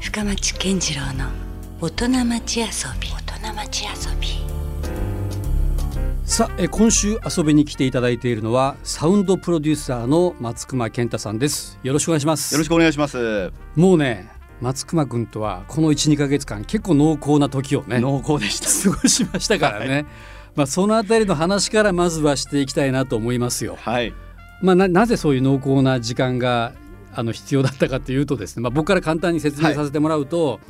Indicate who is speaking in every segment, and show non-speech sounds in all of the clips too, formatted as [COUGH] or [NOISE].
Speaker 1: 深町健次郎の大人町遊び大人町遊び
Speaker 2: さあえー今週遊びに来ていただいているのはサウンドプロデューサーの松隈健太さんですよろしくお願いします
Speaker 3: よろしくお願いします。
Speaker 2: もうね松隈君とはこの1,2ヶ月間結構濃厚な時をね
Speaker 3: 濃厚でした。
Speaker 2: 過ごしましたからね、まあそのあたりの話からまずはしていきたいなと思いますよ
Speaker 3: はい。
Speaker 2: まあななぜそういう濃厚な時間があの必要だったかというとですね、まあ、僕から簡単に説明させてもらうと、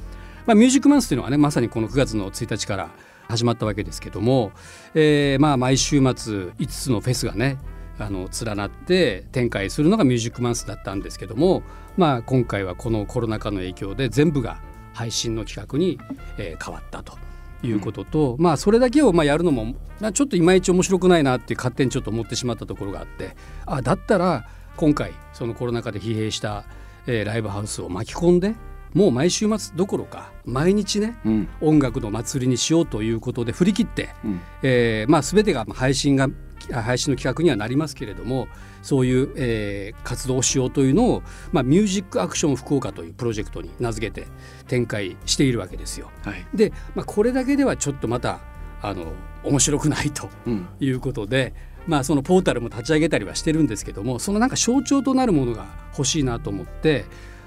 Speaker 2: まあ、ミュージックマンスというのがねまさにこの9月の1日から始まったわけですけども、えーまあ毎週末5つのフェスがねあの連なって展開するのがミュージックマンスだったんですけども、まあ、今回はこのコロナ禍の影響で全部が配信の企画に、えー変わったということと、まあそれだけをまあやるのもまあちょっといまいち面白くないなって勝手にちょっと思ってしまったところがあってあだったら今回そのコロナ禍で疲弊した、えーライブハウスを巻き込んでもう毎週末どころか毎日ね
Speaker 3: うん。
Speaker 2: 音楽の祭りにしようということで振り切って、
Speaker 3: うん
Speaker 2: えーまあ、全てがまあ配信があ配信の企画にはなりますけれどもそういう、えー活動をしようというのを、まあ、ミュージックアクション福岡というプロジェクトに名付けて展開しているわけですよ。
Speaker 3: はい。
Speaker 2: で、まあ、これだけではちょっとまたあの面白くないと
Speaker 3: うん。
Speaker 2: いうことで、まあ、そのポータルも立ち上げたりはしてるんですけどもそのなんか象徴となるものが欲しいなと思って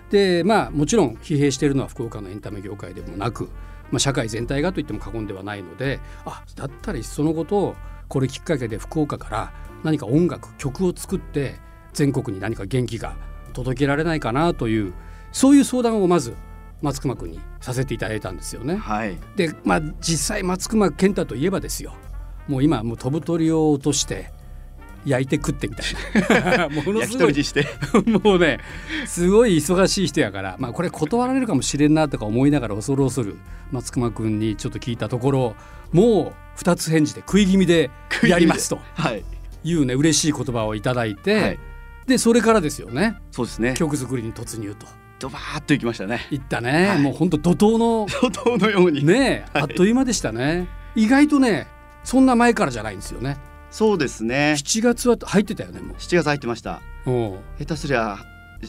Speaker 2: で、まあ、もちろん疲弊しているのは福岡のエンタメ業界でもなく、まあ、社会全体がと言っても過言ではないのであだったらいっそのことをこれきっかけで福岡から何か音楽曲を作って全国に何か元気が届けられないかなというそういう相談をまず松隈君にさせていただいたんですよね。
Speaker 3: はい。
Speaker 2: で、まあ、実際松隈健太といえばですよもう今もう飛ぶ鳥を落として焼いて食ってみたい
Speaker 3: [LAUGHS]
Speaker 2: なものす
Speaker 3: 焼き
Speaker 2: ご
Speaker 3: 鳥
Speaker 2: い
Speaker 3: にして。
Speaker 2: [LAUGHS] もうねすごい忙しい人やから、まあ、これ断られるかもしれんなとか思いながら恐る恐る松隈君にちょっと聞いたところもう2つ返事で食い気味でやりますと
Speaker 3: [LAUGHS] はい。
Speaker 2: いうね嬉しい言葉をいただいて、
Speaker 3: はい
Speaker 2: でそれからですよね
Speaker 3: そうですね。
Speaker 2: 曲作りに突入と
Speaker 3: ドバーっと行きましたね。
Speaker 2: いったね、
Speaker 3: はい
Speaker 2: もう本当怒涛の
Speaker 3: 怒涛のように。
Speaker 2: ねえ、
Speaker 3: はい
Speaker 2: あっという間でしたね意外とねそんな前からじゃないんですよね
Speaker 3: そうですね。
Speaker 2: 7月は入ってたよねも
Speaker 3: 7月入ってました。
Speaker 2: うおう
Speaker 3: 下手すりゃ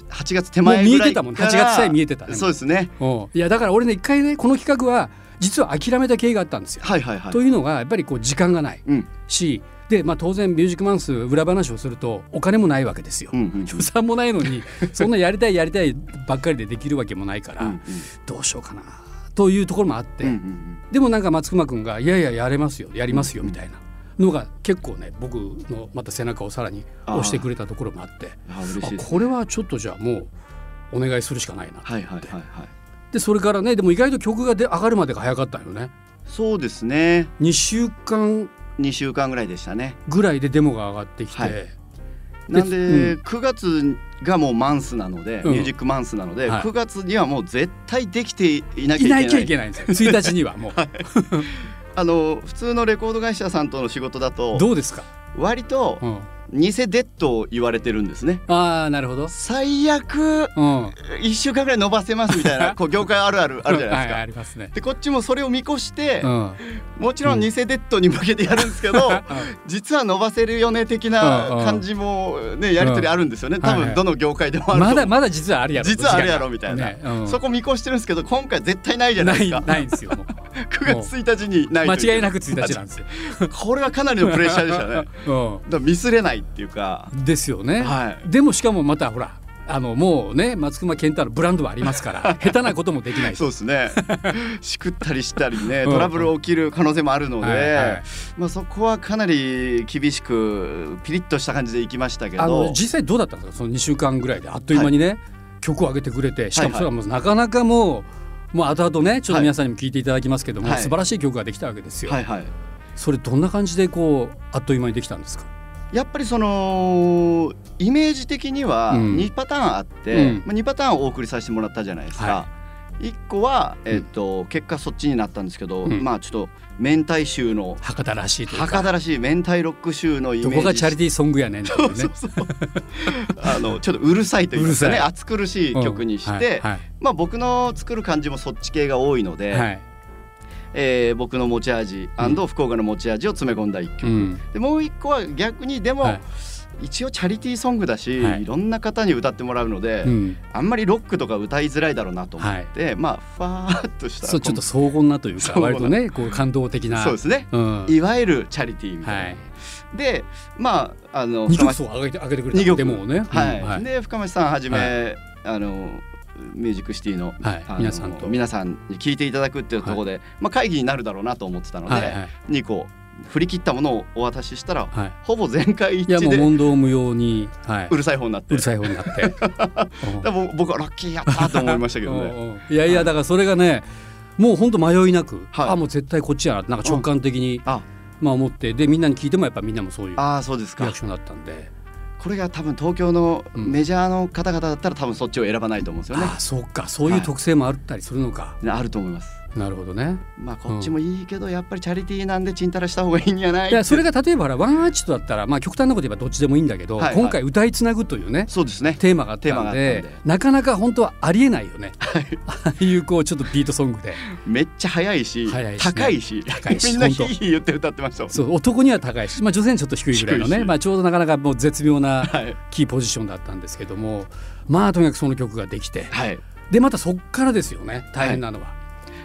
Speaker 3: 8月手
Speaker 2: もう
Speaker 3: 前
Speaker 2: 見
Speaker 3: ぐ
Speaker 2: え
Speaker 3: ら
Speaker 2: て
Speaker 3: い
Speaker 2: た
Speaker 3: か
Speaker 2: も
Speaker 3: ら。
Speaker 2: んね8月さえ見えてたね
Speaker 3: そうですね。
Speaker 2: おういやだから俺ね一回ねこの企画は実は諦めた経緯があったんですよ、
Speaker 3: はいはいはい
Speaker 2: と。いうのがやっぱりこう時間がない
Speaker 3: うん。
Speaker 2: しで、まあ、当然ミュージックマンス裏話をするとお金もないわけですよ、
Speaker 3: うんうん。
Speaker 2: 予算もないの
Speaker 3: [LAUGHS]
Speaker 2: にそんなやりたいやりたいばっかりでできるわけもないから、
Speaker 3: うんうん
Speaker 2: どうしようかなというところもあって、
Speaker 3: うんうん
Speaker 2: でもなんか松隈君が「いやいややれますよやりますよ」みたいなのが結構ね僕のまた背中をさらに押してくれたところもあって
Speaker 3: うん。あ嬉しいで
Speaker 2: あ
Speaker 3: す。
Speaker 2: これはちょっとじゃあもうお願いするしかないな、
Speaker 3: はいはいはいはい。
Speaker 2: でそれからねでも意外と曲がで上がるまでが早かったよね
Speaker 3: そうですね。
Speaker 2: 2週間
Speaker 3: 2週間ぐらいでしたね。
Speaker 2: ぐらいでデモが上がってきて、
Speaker 3: はいなん
Speaker 2: で
Speaker 3: で9月がもうマンスなので、
Speaker 2: うん
Speaker 3: ミュージックマンスなので、
Speaker 2: はい
Speaker 3: 9月にはもう絶対できていなきゃい
Speaker 2: い、な
Speaker 3: けない
Speaker 2: いきゃいけないんですよ1日には
Speaker 3: [LAUGHS]
Speaker 2: もう、
Speaker 3: あの普通のレコード会社さんとの仕事だと
Speaker 2: どうですか、
Speaker 3: 割と
Speaker 2: うん、
Speaker 3: 偽デッドを言われてるんですね
Speaker 2: ああなるほど、
Speaker 3: 最悪
Speaker 2: うん、あ
Speaker 3: 1週間ぐらい伸ばせますみたいなこう業界あるあるあるじゃないですか。
Speaker 2: はい、ありますね、
Speaker 3: でこっちもそれを見越して、
Speaker 2: うん、
Speaker 3: もちろん偽デッドに向けてやるんです
Speaker 2: [LAUGHS]
Speaker 3: けど、実は伸ばせるよね的
Speaker 2: うんう
Speaker 3: なん感じもねやり取りあるんですよね、多
Speaker 2: はいは
Speaker 3: 分
Speaker 2: い
Speaker 3: どの業界でもあると思
Speaker 2: ま
Speaker 3: う
Speaker 2: だまだ実はあるやろ
Speaker 3: 実はあるやろみたいな、
Speaker 2: ねうん
Speaker 3: そこ見越してるんですけど今回絶対ないじゃない
Speaker 2: な
Speaker 3: です
Speaker 2: い
Speaker 3: か [LAUGHS]
Speaker 2: ないんですよもう
Speaker 3: 9月1日にないと
Speaker 2: 間違いな
Speaker 3: く
Speaker 2: く1日なん
Speaker 3: [LAUGHS]
Speaker 2: ですよ。
Speaker 3: これはかなりのプレッシャーでしたね
Speaker 2: [LAUGHS]
Speaker 3: だか
Speaker 2: う
Speaker 3: らミスれないっていうか
Speaker 2: ん、ですよね、
Speaker 3: はい
Speaker 2: でもしかもまたほらあのもうね松隈健太のブランドはありますから下手なこともできないし
Speaker 3: そうです
Speaker 2: [LAUGHS]
Speaker 3: ねしくったりしたりね
Speaker 2: うん
Speaker 3: トラブル起きる可能性もあるので、
Speaker 2: はいはい
Speaker 3: まあ、そこはかなり厳しくピリッとした感じでいきましたけ
Speaker 2: あ
Speaker 3: ど
Speaker 2: の実際どうだったんですかその2週間ぐらいであっという間にね、曲を上げてくれてしかもそ
Speaker 3: はい
Speaker 2: れは
Speaker 3: はい
Speaker 2: もうなかなかもうもう後々ねちょっと皆さんにも聞いていただきますけども、
Speaker 3: はい
Speaker 2: 素晴らしい曲ができたわけですよ、
Speaker 3: はいはい
Speaker 2: それどんな感じでこうあっという間にできたんですか、
Speaker 3: やっぱりそのイメージ的には
Speaker 2: うん
Speaker 3: 2パターンあって、
Speaker 2: うん
Speaker 3: まあ、2パターンをお送りさせてもらったじゃないです
Speaker 2: は
Speaker 3: か。一1個は、えっと結果そっちになったんですけど、
Speaker 2: うん
Speaker 3: まあちょっと明太臭の
Speaker 2: 博多らしいというか
Speaker 3: 博多らしい明太ロック臭のイ
Speaker 2: ど
Speaker 3: メージ
Speaker 2: こがチャリティーソングやねんっていうね
Speaker 3: [LAUGHS] そうそうそうあのちょっとうるさいというか
Speaker 2: うる
Speaker 3: ね
Speaker 2: さい
Speaker 3: 暑苦しい曲にして、
Speaker 2: うんはい
Speaker 3: まあ、僕の作る感じもそっち系が多いので、
Speaker 2: はいはい
Speaker 3: えー僕の持ち味
Speaker 2: うん
Speaker 3: 福岡の持ち味を詰め込んだ一曲、
Speaker 2: うん
Speaker 3: でもう一個は逆にでも、
Speaker 2: はい
Speaker 3: 一応チャリティーソングだし、
Speaker 2: はい
Speaker 3: い、ろんな方に歌ってもらうので、
Speaker 2: うん、
Speaker 3: あんまりロックとか歌いづらいだろうなと思って、まあふわーっとした
Speaker 2: そうちょっと荘厳なというか
Speaker 3: 荘厳な
Speaker 2: 割とねこう感動的な
Speaker 3: そうですね
Speaker 2: うん、
Speaker 3: いわゆるチャリティーみたいな。
Speaker 2: はい
Speaker 3: でまああの
Speaker 2: 二曲
Speaker 3: 深
Speaker 2: そう上げて上げてく
Speaker 3: 町
Speaker 2: れ
Speaker 3: 二
Speaker 2: た
Speaker 3: 曲
Speaker 2: でもね、
Speaker 3: はい
Speaker 2: うんはい
Speaker 3: で深町さんはじめ、
Speaker 2: は
Speaker 3: あのミュージックシティの,、
Speaker 2: はい
Speaker 3: あの
Speaker 2: 皆さんと
Speaker 3: 皆さんに聞いていただくっていうところで、まあ、会議になるだろうなと思ってたので、
Speaker 2: はいはい
Speaker 3: 2個振り切ったものをお渡ししたら
Speaker 2: はい
Speaker 3: ほぼ全会
Speaker 2: い
Speaker 3: 一
Speaker 2: や
Speaker 3: 致
Speaker 2: もう
Speaker 3: で、
Speaker 2: 問答無用に、はいう
Speaker 3: るさい方になって
Speaker 2: うるさい方にな [LAUGHS] って。うん
Speaker 3: でも僕はラッキーやったと思いましたけ
Speaker 2: [LAUGHS]
Speaker 3: どね。
Speaker 2: うんうんいやいやだからそれがねもうほんと迷いなく、
Speaker 3: はい
Speaker 2: あもう絶対こっちやななんか直感的に、
Speaker 3: あ
Speaker 2: まあ、思ってでみんなに聞いてもやっぱみんなもそういうリ
Speaker 3: ああそうです
Speaker 2: ア
Speaker 3: か
Speaker 2: クションだったんで
Speaker 3: これが多分東京の
Speaker 2: うん
Speaker 3: メジャーの方々だったら多分そっちを選ばないと思うんですよね
Speaker 2: あ。あそうかそういう特性もあったりするのか、
Speaker 3: ねあると思います。
Speaker 2: なるほどね
Speaker 3: まあこっちもいいけどやっぱりチャリティーなんでちんたらした方がいいんじゃない
Speaker 2: いやそれ
Speaker 3: が
Speaker 2: が例えばほらワンアーチだったら、まあ、極端なこと言えばどっちでもいいんだけど、
Speaker 3: はいはい
Speaker 2: 今回歌いつなぐというね
Speaker 3: そうですね。
Speaker 2: テーマがあったんで
Speaker 3: テーマがあったん
Speaker 2: なかなか本当はありえないよね、ああいうこうちょっとビートソングで
Speaker 3: めっちゃ早いし
Speaker 2: 早いしね
Speaker 3: 高いし
Speaker 2: 高いし
Speaker 3: みんな
Speaker 2: 本
Speaker 3: ヒ
Speaker 2: 当
Speaker 3: ーヒー言って歌ってましたもん。
Speaker 2: そう男には高いし、まあ、女性にちょっと低いぐらいの
Speaker 3: 低い
Speaker 2: ね、
Speaker 3: し
Speaker 2: まあ、ちょうどなかなかもう絶妙な
Speaker 3: はい
Speaker 2: キーポジションだったんですけどもまあとにかくその曲ができて
Speaker 3: はい。
Speaker 2: でまたそっからですよね大変なのは、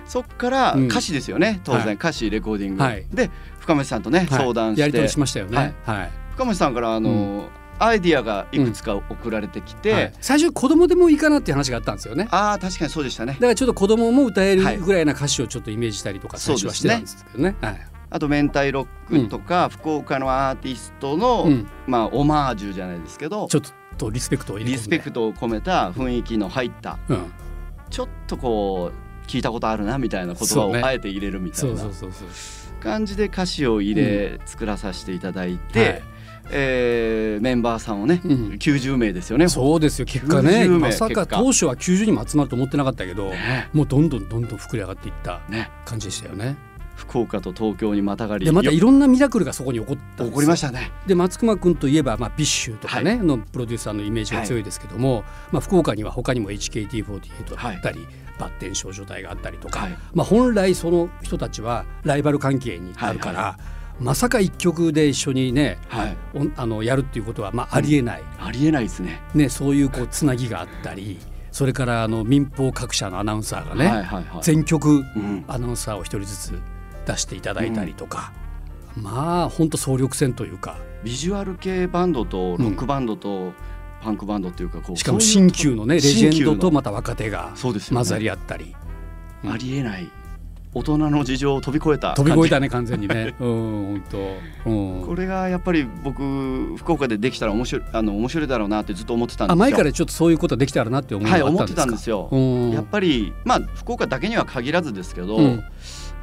Speaker 3: そっから
Speaker 2: うん
Speaker 3: 歌詞ですよね当
Speaker 2: は
Speaker 3: 然
Speaker 2: い
Speaker 3: 歌詞レコーディン
Speaker 2: はい
Speaker 3: グで深町さんとね
Speaker 2: はい
Speaker 3: 相談
Speaker 2: や
Speaker 3: し
Speaker 2: り取
Speaker 3: て
Speaker 2: りしましたよね、
Speaker 3: は
Speaker 2: はいい
Speaker 3: 深町さんからあ
Speaker 2: う
Speaker 3: のアイディアがいくつか送られてき
Speaker 2: は
Speaker 3: て
Speaker 2: い最初子供でもいいかなっていう話があったんですよねだか
Speaker 3: ああ確かにそうでしたね。
Speaker 2: らちょっと子供も歌え
Speaker 3: はい
Speaker 2: るぐらいな歌詞をちょっとイメージしたりとか最初はしてたんですけどねはい
Speaker 3: あと明太ロックとか福岡のアーティストの
Speaker 2: うん、
Speaker 3: まあオマージュじゃないですけど
Speaker 2: ちょっとリスペクトを入れ
Speaker 3: リ
Speaker 2: 込
Speaker 3: ス
Speaker 2: んで
Speaker 3: ペクトを込めた雰囲気の入った
Speaker 2: うん、
Speaker 3: ちょっとこう聞いたことあるなみたいな言葉
Speaker 2: そう
Speaker 3: を
Speaker 2: ね
Speaker 3: あえて入れるみた
Speaker 2: そ
Speaker 3: いうな
Speaker 2: そうそうそう
Speaker 3: 感じで歌詞を入れ作らさせていただいて、
Speaker 2: はい
Speaker 3: えーメンバーさんをね、
Speaker 2: うん
Speaker 3: 90名ですよね。
Speaker 2: そうですよ結果ね
Speaker 3: 90名
Speaker 2: まさか
Speaker 3: 結果
Speaker 2: 当初は90人も集まると思ってなかったけど
Speaker 3: ね
Speaker 2: もうどんどんどんどん膨れ上がっていった
Speaker 3: ね
Speaker 2: 感じでしたよね。
Speaker 3: 福岡と東京にまたがり
Speaker 2: でまた
Speaker 3: よ
Speaker 2: いろんなミラクルがそこに起こったんですよ
Speaker 3: 起こりましたね。
Speaker 2: で松隈君といえば、まあ、ビッシュとかね、のプロデューサーのイメージが強いですけども、まあ、福岡には他にも HKT48 だったり、バッテン少女隊があったりとか、
Speaker 3: はい
Speaker 2: まあ、本来その人たちはライバル関係にあるから、
Speaker 3: は
Speaker 2: まさか一曲で一緒にね
Speaker 3: はい、
Speaker 2: おあのやるっていうことは、まあ、ありえない、
Speaker 3: ありえないですね。
Speaker 2: ね、そういうこうつなぎがあったりそれからあの民放各社のアナウンサーがね、
Speaker 3: はいはいはい。
Speaker 2: 全曲
Speaker 3: うん
Speaker 2: アナウンサーを一人ずつ出していただいたりとか、まあ本当総力戦というか。
Speaker 3: ビジュアル系バンドとロックバンドとパンクバンドっていうかこう
Speaker 2: しかも
Speaker 3: そういう
Speaker 2: 新旧のねレジェンド
Speaker 3: 新旧
Speaker 2: と
Speaker 3: の
Speaker 2: また若手が
Speaker 3: そうですよね
Speaker 2: 混ざり合ったり
Speaker 3: ありえない大人の事情を飛び越えた
Speaker 2: 飛び越えた
Speaker 3: 感
Speaker 2: ね完全にねうん本当
Speaker 3: じ
Speaker 2: う
Speaker 3: こ
Speaker 2: ん
Speaker 3: れがやっぱり僕福岡でできたら面白いあの面白いだろうなってずっと思ってたんです
Speaker 2: あ
Speaker 3: よ
Speaker 2: 前からちょっとそういうことはできたらなって思いが
Speaker 3: はい
Speaker 2: あっ
Speaker 3: 思
Speaker 2: たん
Speaker 3: って
Speaker 2: です
Speaker 3: た
Speaker 2: か
Speaker 3: んですよ、
Speaker 2: うん
Speaker 3: やっぱりまあ福岡だけには限らずですけど、
Speaker 2: うん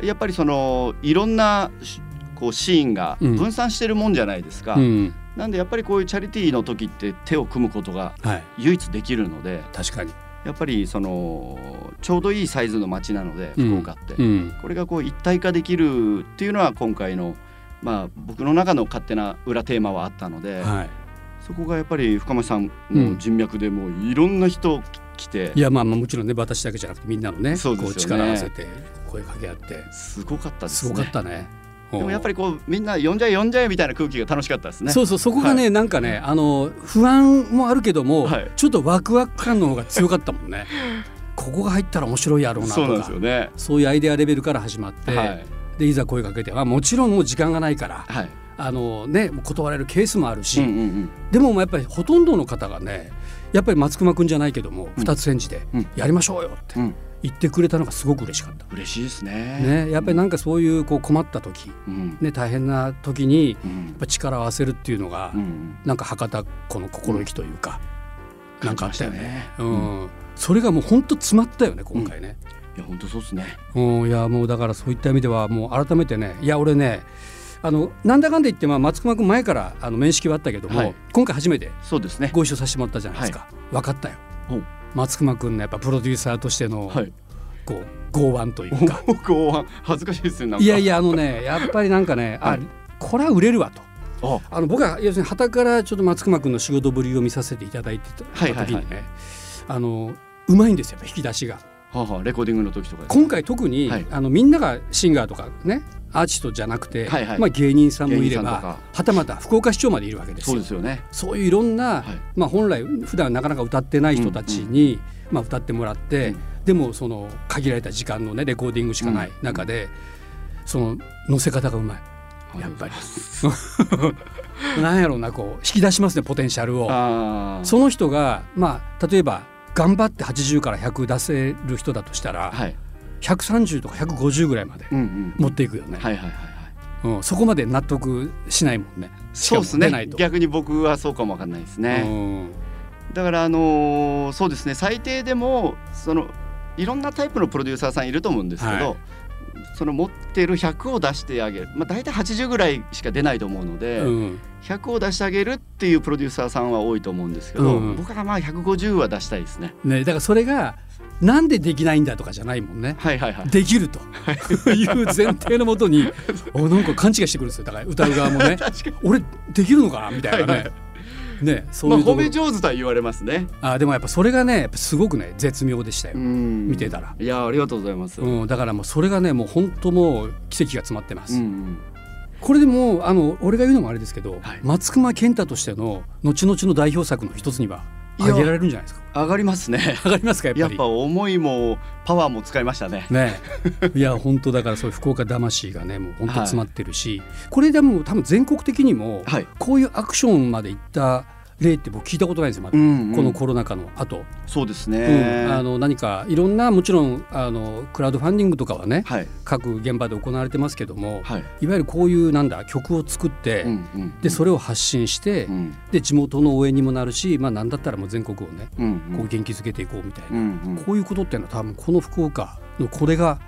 Speaker 3: やっぱりそのいろんなしこうシーンが
Speaker 2: うん
Speaker 3: 分散してるもんじゃないですか、
Speaker 2: うん
Speaker 3: なんでやっぱりこういうチャリティーの時って手を組むことが
Speaker 2: はい
Speaker 3: 唯一できるので
Speaker 2: 確かに
Speaker 3: やっぱりそのちょうどいいサイズの街なので
Speaker 2: うん
Speaker 3: 福岡って、
Speaker 2: うん
Speaker 3: これがこう一体化できるっていうのは今回のまあ僕の中の勝手な裏テーマはあったので、
Speaker 2: はい
Speaker 3: そこがやっぱり深町さん
Speaker 2: う
Speaker 3: の
Speaker 2: ん
Speaker 3: 人脈でもういろんな人来て
Speaker 2: いやまあまあもちろんね私だけじゃなくてみんなのね
Speaker 3: そうです
Speaker 2: こう力
Speaker 3: よね
Speaker 2: 合わせて声かけ合って
Speaker 3: すごかったです
Speaker 2: す
Speaker 3: ね。
Speaker 2: ごかったね
Speaker 3: でもやっぱ
Speaker 2: り
Speaker 3: りこうみんな呼んじゃえ呼んじゃえみたいな空気が楽しかったですね。
Speaker 2: そうそうそこがねなんかねあの不安もあるけども
Speaker 3: はい
Speaker 2: ちょっとワクワク感の方が強かったもん
Speaker 3: [LAUGHS]
Speaker 2: ねここが入ったら面白いやろうな
Speaker 3: そうなん
Speaker 2: と
Speaker 3: です
Speaker 2: か
Speaker 3: よね。
Speaker 2: そういうアイデアレベルから始まって、
Speaker 3: はい
Speaker 2: でいざ声かけて、まあ、もちろんもう時間がないから
Speaker 3: はい。
Speaker 2: あの、ね、断れるケースもあるし、
Speaker 3: うんうんうん。
Speaker 2: でもまあやっぱりほとんどの方がねやっぱり松隈君じゃないけども
Speaker 3: うん
Speaker 2: 二つ返事で
Speaker 3: うん
Speaker 2: 「やりましょうよ」って
Speaker 3: うん
Speaker 2: 言ってくれたのがすごく嬉しかった。
Speaker 3: 嬉しいですね。
Speaker 2: ね、やっぱりなんかそういうこう困った時、
Speaker 3: うん
Speaker 2: ね、大変な時にや
Speaker 3: う
Speaker 2: っ
Speaker 3: ん
Speaker 2: ぱ力を合わせるっていうのが、
Speaker 3: うん。
Speaker 2: なんか博多っ子の心意気というか、なんかあったよね。う
Speaker 3: うん
Speaker 2: んそれがもう本当詰まったよね今回ね。
Speaker 3: いや本当そうですね。
Speaker 2: うん、いやもうだからそういった意味ではもう改めてねいや俺ねあのなんだかんだ言ってまあ松隈君前からあの面識はあったけども、
Speaker 3: はい
Speaker 2: 今回初めて
Speaker 3: そうですね。
Speaker 2: ご一緒させてもらったじゃないですか、分かったよ
Speaker 3: お
Speaker 2: 松隈君のやっぱプロデューサーとしての、
Speaker 3: はい。 [LAUGHS]
Speaker 2: こう剛腕というか
Speaker 3: お後半恥ずかしいですね。なんか
Speaker 2: いやい。やあの
Speaker 3: [LAUGHS]
Speaker 2: ねやっぱりなんかね、
Speaker 3: は
Speaker 2: あ
Speaker 3: い
Speaker 2: これは売れるわと
Speaker 3: あ
Speaker 2: あの僕は要するに傍からちょっと松隈君の仕事ぶりを見させていただいてた
Speaker 3: はい
Speaker 2: 時にね、
Speaker 3: はいはい
Speaker 2: あのうまいんですよやっぱ引き出しが。
Speaker 3: はあはあレコーディングの時とかです
Speaker 2: 今回特に、
Speaker 3: はい
Speaker 2: あのみんながシンガーとかねアーティストじゃなくて、
Speaker 3: はいはい
Speaker 2: まあ、芸人さんもいれ
Speaker 3: 芸人さんと
Speaker 2: ば
Speaker 3: か
Speaker 2: はたまた福岡市長までいるわけです
Speaker 3: そう
Speaker 2: よ。
Speaker 3: ですよね
Speaker 2: そういういろんな、
Speaker 3: はい
Speaker 2: まあ、本来普段なかなか歌ってない人たちに、まあ、歌ってもらって、でもその限られた時間のねレコーディングしかない中で、その乗せ方がうまいやっぱり [LAUGHS] なんやろうなこう引き出しますねポテンシャルを。
Speaker 3: ああ
Speaker 2: その人が、まあ、例えば頑張って80から100出せる人だとしたら、
Speaker 3: はい
Speaker 2: 130とか150ぐらいまで
Speaker 3: うんうん
Speaker 2: 持っていくよね、
Speaker 3: はいはいはいはい
Speaker 2: うん、そこまで納得しないもんねしか
Speaker 3: そう
Speaker 2: も
Speaker 3: です
Speaker 2: 出な
Speaker 3: ね
Speaker 2: いと
Speaker 3: 逆に僕はそうかもわかんないですね、
Speaker 2: うん
Speaker 3: だからあのーそうですね最低でもそのいろんなタイプのプロデューサーさんいると思うんですけど、
Speaker 2: は
Speaker 3: その持ってる100を出してあげる、まあ、大体80ぐらいしか出ないと思うので、
Speaker 2: うん
Speaker 3: 100を出してあげるっていうプロデューサーさんは多いと思うんですけど、
Speaker 2: うん
Speaker 3: 僕はまあ150は出したいですね。
Speaker 2: ね、だからそれがなんでできないんだとかじゃないもんね
Speaker 3: はいはいはい
Speaker 2: できるという前提のもと
Speaker 3: [LAUGHS]
Speaker 2: におなんか勘違いしてくるんですよだから歌う側もね
Speaker 3: 確かに
Speaker 2: 俺できるのかなみたいなね、
Speaker 3: はいは
Speaker 2: ねそう
Speaker 3: まあ
Speaker 2: いうと
Speaker 3: 褒
Speaker 2: ころ
Speaker 3: め、上手とは言われますね。
Speaker 2: あ、でもやっぱそれがねやっぱすごくね絶妙でしたよ、
Speaker 3: 見
Speaker 2: 見てたら
Speaker 3: いやありがとうございます。うん
Speaker 2: うん、だからもうそれがねもう本当もう奇跡が詰まってます、
Speaker 3: うん
Speaker 2: これでもうあの俺が言うのもあれですけど、
Speaker 3: はい
Speaker 2: 松隈健太としての後々の代表作の一つにはい
Speaker 3: や
Speaker 2: 挙げられるんじゃないですか [LAUGHS]
Speaker 3: 上がりますね。
Speaker 2: 上がりますかやっ
Speaker 3: や
Speaker 2: ぱ
Speaker 3: っ
Speaker 2: り
Speaker 3: ぱ思いもパワーも使いましたね。
Speaker 2: ねえいや本当だからそういう福岡魂がねもう本当詰まってるし、これでもう多分全国的にも
Speaker 3: はい
Speaker 2: こういうアクションまでいった例って僕聞いたことないんですよまだ、
Speaker 3: ん
Speaker 2: このコロナ禍の後、
Speaker 3: そうです
Speaker 2: うんあ
Speaker 3: ね。
Speaker 2: の何かいろんなもちろんあのクラウドファンディングとかはね
Speaker 3: はい
Speaker 2: 各現場で行われてますけども、
Speaker 3: はい。
Speaker 2: いわゆるこういうなんだ曲を作って、
Speaker 3: うんうん
Speaker 2: でそれを発信して、
Speaker 3: うん
Speaker 2: で地元の応援にもなるし、まあ、何だったらもう全国をね
Speaker 3: うん
Speaker 2: こう元気づけていこうみたい
Speaker 3: うんう
Speaker 2: な、
Speaker 3: ん
Speaker 2: こういうことっていうのは多分この福岡のこれが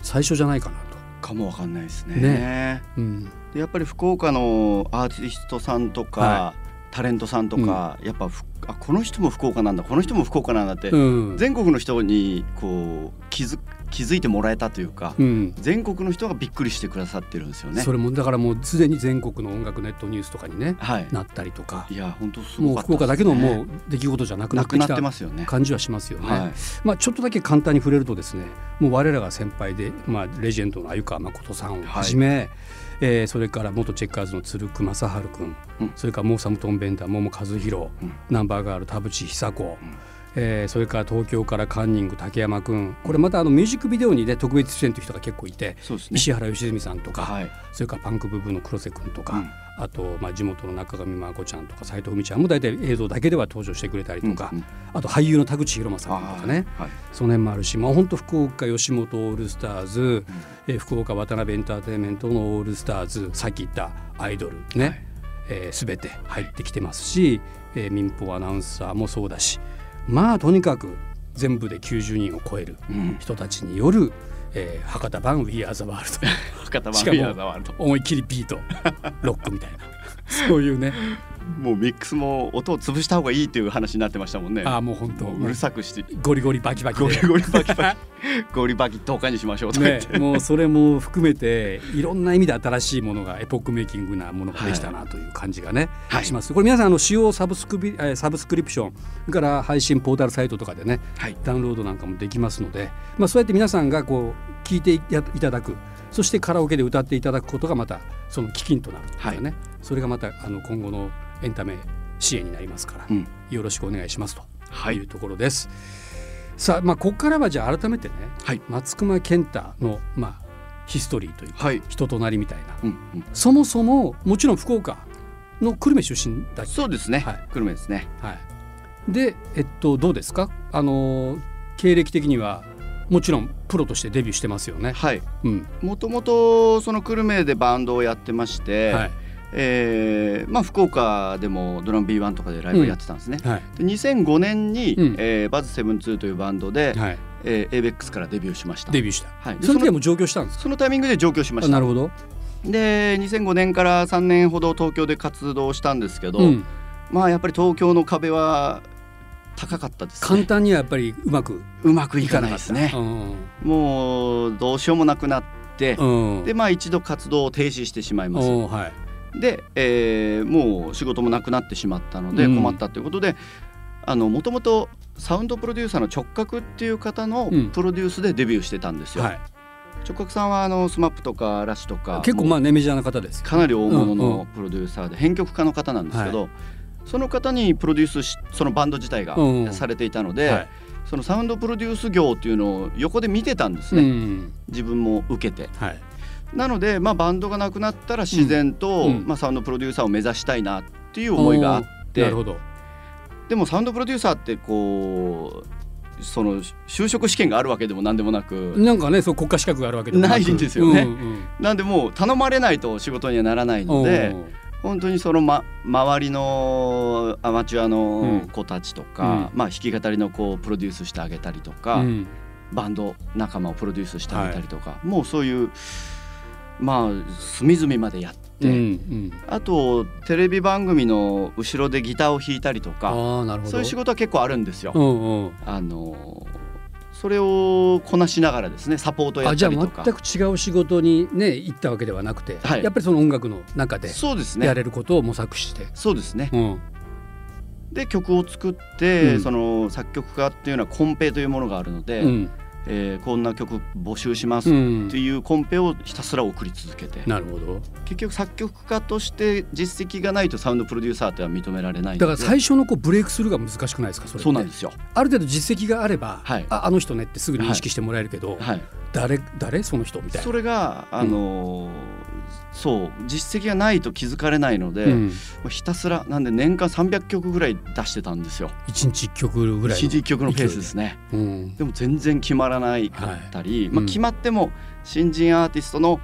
Speaker 2: 最初じゃないかなと。
Speaker 3: かもわかんないですね。
Speaker 2: うん
Speaker 3: でやっぱり福岡のアーティストさんとか、
Speaker 2: は
Speaker 3: タレントさんとか、やっぱふあこの人も福岡なんだこの人も福岡なんだって、
Speaker 2: うん
Speaker 3: 全国の人にこう気づ気づいてもらえたというか、
Speaker 2: うん
Speaker 3: 全国の人がびっくりしてくださってるんですよね
Speaker 2: そ。れもだからもうすでに全国の音楽ネットニュースとかにね
Speaker 3: はい。
Speaker 2: なったりとか
Speaker 3: いや本当す
Speaker 2: も
Speaker 3: ご
Speaker 2: う
Speaker 3: かったですね、
Speaker 2: 福岡だけのもう出来事じゃなくな
Speaker 3: な
Speaker 2: ってき
Speaker 3: くなったてますよね。
Speaker 2: 感じはしますよね。
Speaker 3: はい。
Speaker 2: まあ、ちょっとだけ簡単に触れるとですねもう我らが先輩で、まあ、レジェンドの鮎川誠さんをはじめ、えーそれから元チェッカーズの鶴久正治君、
Speaker 3: うん
Speaker 2: それからモーサムトンベンダー桃和弘、
Speaker 3: うん
Speaker 2: ナンバーガール田淵久子、
Speaker 3: ん
Speaker 2: えーそれから東京からカンニング竹山君これまたあのミュージックビデオにね特別出演という人が結構いて、
Speaker 3: そうですね。
Speaker 2: 石原良純さんとか、
Speaker 3: はい。
Speaker 2: それからパンクブーブーの黒瀬君とか、
Speaker 3: うん
Speaker 2: あと、まあ、地元の中上真亜子ちゃんとか斎藤文ちゃんも大体映像だけでは登場してくれたりとか、
Speaker 3: うんうん
Speaker 2: あと俳優の田口博正
Speaker 3: あ
Speaker 2: さんとかね
Speaker 3: ーはい。
Speaker 2: その辺もあるし、まあ、本当福岡吉本オールスターズ、えー福岡渡辺エンターテインメントのオールスターズさっき言ったアイドルね、
Speaker 3: はい
Speaker 2: えー全て入ってきてますし、えー民放アナウンサーもそうだしまあとにかく全部で90人を超える
Speaker 3: うん。
Speaker 2: 人たちによる、えー博多版 We Are the World
Speaker 3: 博多
Speaker 2: し
Speaker 3: 版
Speaker 2: かも
Speaker 3: ビアザワールド。
Speaker 2: 思いっきりビー
Speaker 3: [LAUGHS]
Speaker 2: トロックみたいなそういうね
Speaker 3: もうミックスも音を潰した方がいいっていう話になってましたもんね。
Speaker 2: ああもう本当
Speaker 3: うるさくして
Speaker 2: ゴリゴリバキバキ
Speaker 3: ゴリ
Speaker 2: で。
Speaker 3: ゴリバキバキ [LAUGHS] ゴリバキ10日にしましょうとか言
Speaker 2: ね
Speaker 3: って、、
Speaker 2: もうそれも含めていろんな意味で新しいものがエポックメイキングなものができたなという感じがね、
Speaker 3: はい
Speaker 2: しますこれ皆さんあの使用サブスクビえーサブスクリプションそれから配信ポータルサイトとかでね
Speaker 3: はい
Speaker 2: ダウンロードなんかもできますので、まあ、そうやって皆さんがこう聞いていたいただくそしてカラオケで歌っていただくことがまたその基金となるっていうかね、それがまたあの今後のエンタメ支援になりますから、
Speaker 3: うん
Speaker 2: よろしくお願いしますと
Speaker 3: はい
Speaker 2: いうところです。さあ、まあ、ここからはじゃあ改めてね、
Speaker 3: はい
Speaker 2: 松隈健太の、まあ、ヒストリーというか
Speaker 3: はい、
Speaker 2: 人となりみたいな
Speaker 3: うんうん、
Speaker 2: そもそももちろん福岡の久留米出身だし、
Speaker 3: そうですね、
Speaker 2: はい
Speaker 3: 久留米ですね
Speaker 2: はい、で、えっと、どうですかあの経歴的にはもちろんプロとしてデビューしてますよね。
Speaker 3: はい
Speaker 2: うん
Speaker 3: もともとその久留米でバンドをやってまして、
Speaker 2: はい
Speaker 3: えーまあ、福岡でもドラム B1 とかでライブやってたんですね、
Speaker 2: はい
Speaker 3: で2005年に、
Speaker 2: うん
Speaker 3: えーバズセブンツーというバンドで、
Speaker 2: はい、
Speaker 3: えー、ABEX からデビューしました
Speaker 2: デビューした、
Speaker 3: はい、で
Speaker 2: そ
Speaker 3: そ
Speaker 2: の時は
Speaker 3: の
Speaker 2: もう上京したんですか
Speaker 3: そのタイミングで上京しま
Speaker 2: あ
Speaker 3: した
Speaker 2: なるほど、
Speaker 3: で2005年から3年ほど東京で活動したんですけど、
Speaker 2: うん、
Speaker 3: まあやっぱり東京の壁は高かったです
Speaker 2: 簡
Speaker 3: ね
Speaker 2: 単にはやっぱりうまく
Speaker 3: うまくい
Speaker 2: いか
Speaker 3: か
Speaker 2: な
Speaker 3: ない
Speaker 2: か
Speaker 3: で
Speaker 2: っ
Speaker 3: す
Speaker 2: た
Speaker 3: ねもうどうしようもなくなって、
Speaker 2: うんうん
Speaker 3: でまあ一度活動を停止してしまいます
Speaker 2: おーはい
Speaker 3: で、えーもう仕事もなくなってしまったので
Speaker 2: うん
Speaker 3: 困ったということでもともとサウンドプロデューサーの直角っていう方の
Speaker 2: うん
Speaker 3: プロデュースでデビューしてたんですよ、
Speaker 2: はい、
Speaker 3: 直角さんはあのスマップとかラッシュとか
Speaker 2: 結構まあねメジャーな方です
Speaker 3: かなり大物
Speaker 2: うんう
Speaker 3: のプロデューサーで編曲家の方なんですけど、その方にプロデュースしそのバンド自体が
Speaker 2: うんうん
Speaker 3: されていたので、
Speaker 2: はい
Speaker 3: そのサウンドプロデュース業っていうのを横で見てたんです
Speaker 2: う
Speaker 3: ね、
Speaker 2: ん
Speaker 3: 自分も受けて
Speaker 2: はい
Speaker 3: なので、まあ、バンドがなくなったら自然と、
Speaker 2: うんうん
Speaker 3: まあ、サウンドプロデューサーを目指したいなっていう思いがあっ
Speaker 2: な
Speaker 3: て
Speaker 2: るほど
Speaker 3: でもサウンドプロデューサーってこうその就職試験があるわけでも何でもなく
Speaker 2: なんかねそう国家資格があるわけでもく
Speaker 3: ないんですよね
Speaker 2: うんうん
Speaker 3: なんでもう頼まれないと仕事にはならないので
Speaker 2: うん
Speaker 3: 本当にその、ま、周りのアマチュアの子たちとか、まあ、弾き語りの子をプロデュースしてあげたりとか、
Speaker 2: うん
Speaker 3: バンド仲間をプロデュースしてあげたりとか、もうそういうまあ隅々までやって。
Speaker 2: うんうん
Speaker 3: あとテレビ番組の後ろでギターを弾いたりとか
Speaker 2: ああなるほど
Speaker 3: そういう仕事は結構あるんですよ。
Speaker 2: うんうん
Speaker 3: あのそれをこなしながらですねサポートや
Speaker 2: あ
Speaker 3: っ
Speaker 2: じ
Speaker 3: た
Speaker 2: ゃあ
Speaker 3: りとか
Speaker 2: 全く違う仕事にね行ったわけではなくて、
Speaker 3: はい
Speaker 2: やっぱりその音楽の中で
Speaker 3: そうです
Speaker 2: や
Speaker 3: ね
Speaker 2: れることを模索して、
Speaker 3: そうですね
Speaker 2: うん
Speaker 3: で曲を作って、
Speaker 2: うん
Speaker 3: その作曲家っていうのはコンペというものがあるので、
Speaker 2: うん
Speaker 3: えーこんな曲募集します
Speaker 2: う
Speaker 3: っ
Speaker 2: ん
Speaker 3: ていうコンペをひたすら送り続けて、
Speaker 2: なるほど
Speaker 3: 結局作曲家として実績がないとサウンドプロデューサーっては認められない
Speaker 2: だ
Speaker 3: の
Speaker 2: か
Speaker 3: で
Speaker 2: ら最初のこうブレイクスルーが難しくないですかそれって
Speaker 3: そうなんですよ
Speaker 2: ある程度実績があれば、
Speaker 3: はい
Speaker 2: ああの人ねってすぐ認識してもらえるけど、
Speaker 3: はい
Speaker 2: 誰誰その人みたいな
Speaker 3: それがあのーそう実績がないと気づかれないので、
Speaker 2: う
Speaker 3: も
Speaker 2: ん、
Speaker 3: うひたすらなんで年間300曲ぐらい出してたんですよ
Speaker 2: 一日一曲ぐらいの
Speaker 3: CD 曲のペースですね
Speaker 2: うん
Speaker 3: でも全然決まらないかったり、
Speaker 2: いう
Speaker 3: まあ、
Speaker 2: ん
Speaker 3: 決まっても新人アーティストの